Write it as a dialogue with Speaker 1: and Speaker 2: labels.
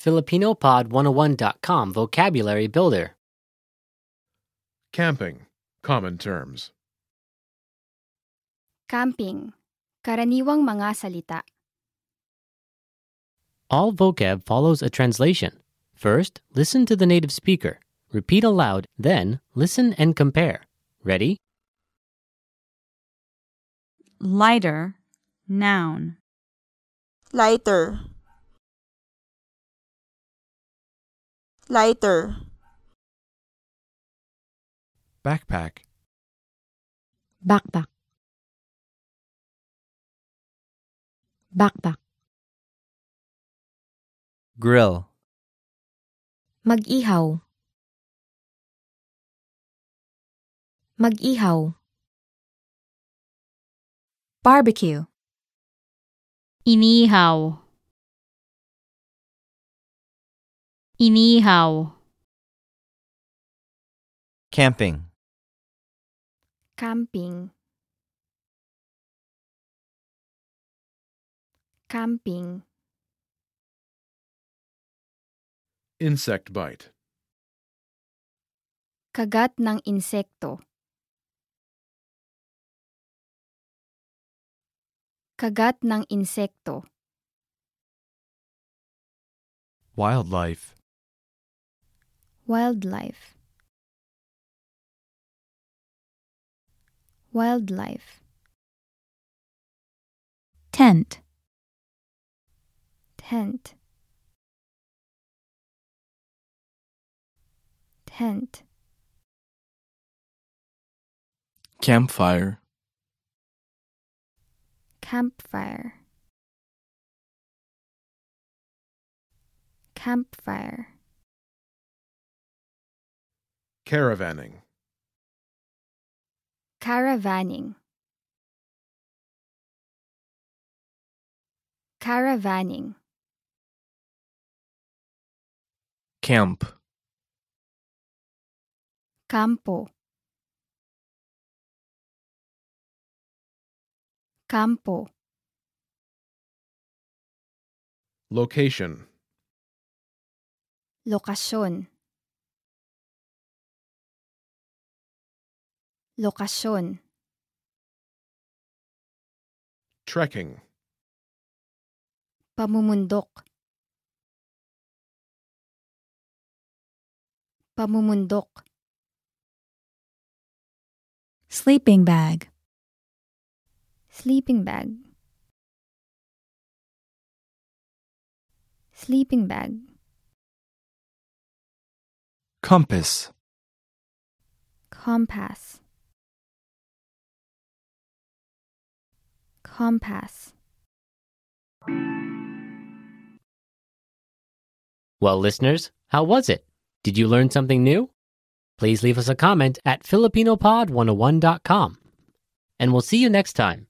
Speaker 1: FilipinoPod101.com Vocabulary Builder.
Speaker 2: Camping. Common terms.
Speaker 3: Camping. Karaniwang mga salita.
Speaker 1: All vocab follows a translation. First, listen to the native speaker. Repeat aloud, then, listen and compare. Ready?
Speaker 4: Lighter, noun.
Speaker 5: lighter lighter
Speaker 2: Backpack.
Speaker 6: backpack backpack
Speaker 7: grill,
Speaker 6: mag-ihaw mag-ihaw
Speaker 4: Barbecue.
Speaker 8: Inihaw. Inihaw.
Speaker 7: camping,
Speaker 3: Camping. Camping.
Speaker 2: Insect bite.
Speaker 3: Kagat ng insekto. Kagat ng insekto.
Speaker 2: Wildlife.
Speaker 3: Wildlife. Wildlife.
Speaker 4: Tent.
Speaker 3: Tent. Tent.
Speaker 9: campfire,
Speaker 3: Campfire. Campfire.
Speaker 2: Caravanning.
Speaker 3: Caravanning. Caravanning.
Speaker 9: camp,
Speaker 3: Campo. Campo.
Speaker 2: Location.
Speaker 3: Lokasyon. Lokasyon.
Speaker 2: Trekking.
Speaker 3: Pamumundok. Pamumundok.
Speaker 4: Sleeping bag.
Speaker 3: Sleeping bag. Sleeping bag.
Speaker 9: compass,
Speaker 3: Compass. Compass.
Speaker 1: Well, listeners, how was it? Did you learn something new? oh Please leave us a comment at FilipinoPod101.com. And we'll see you next time.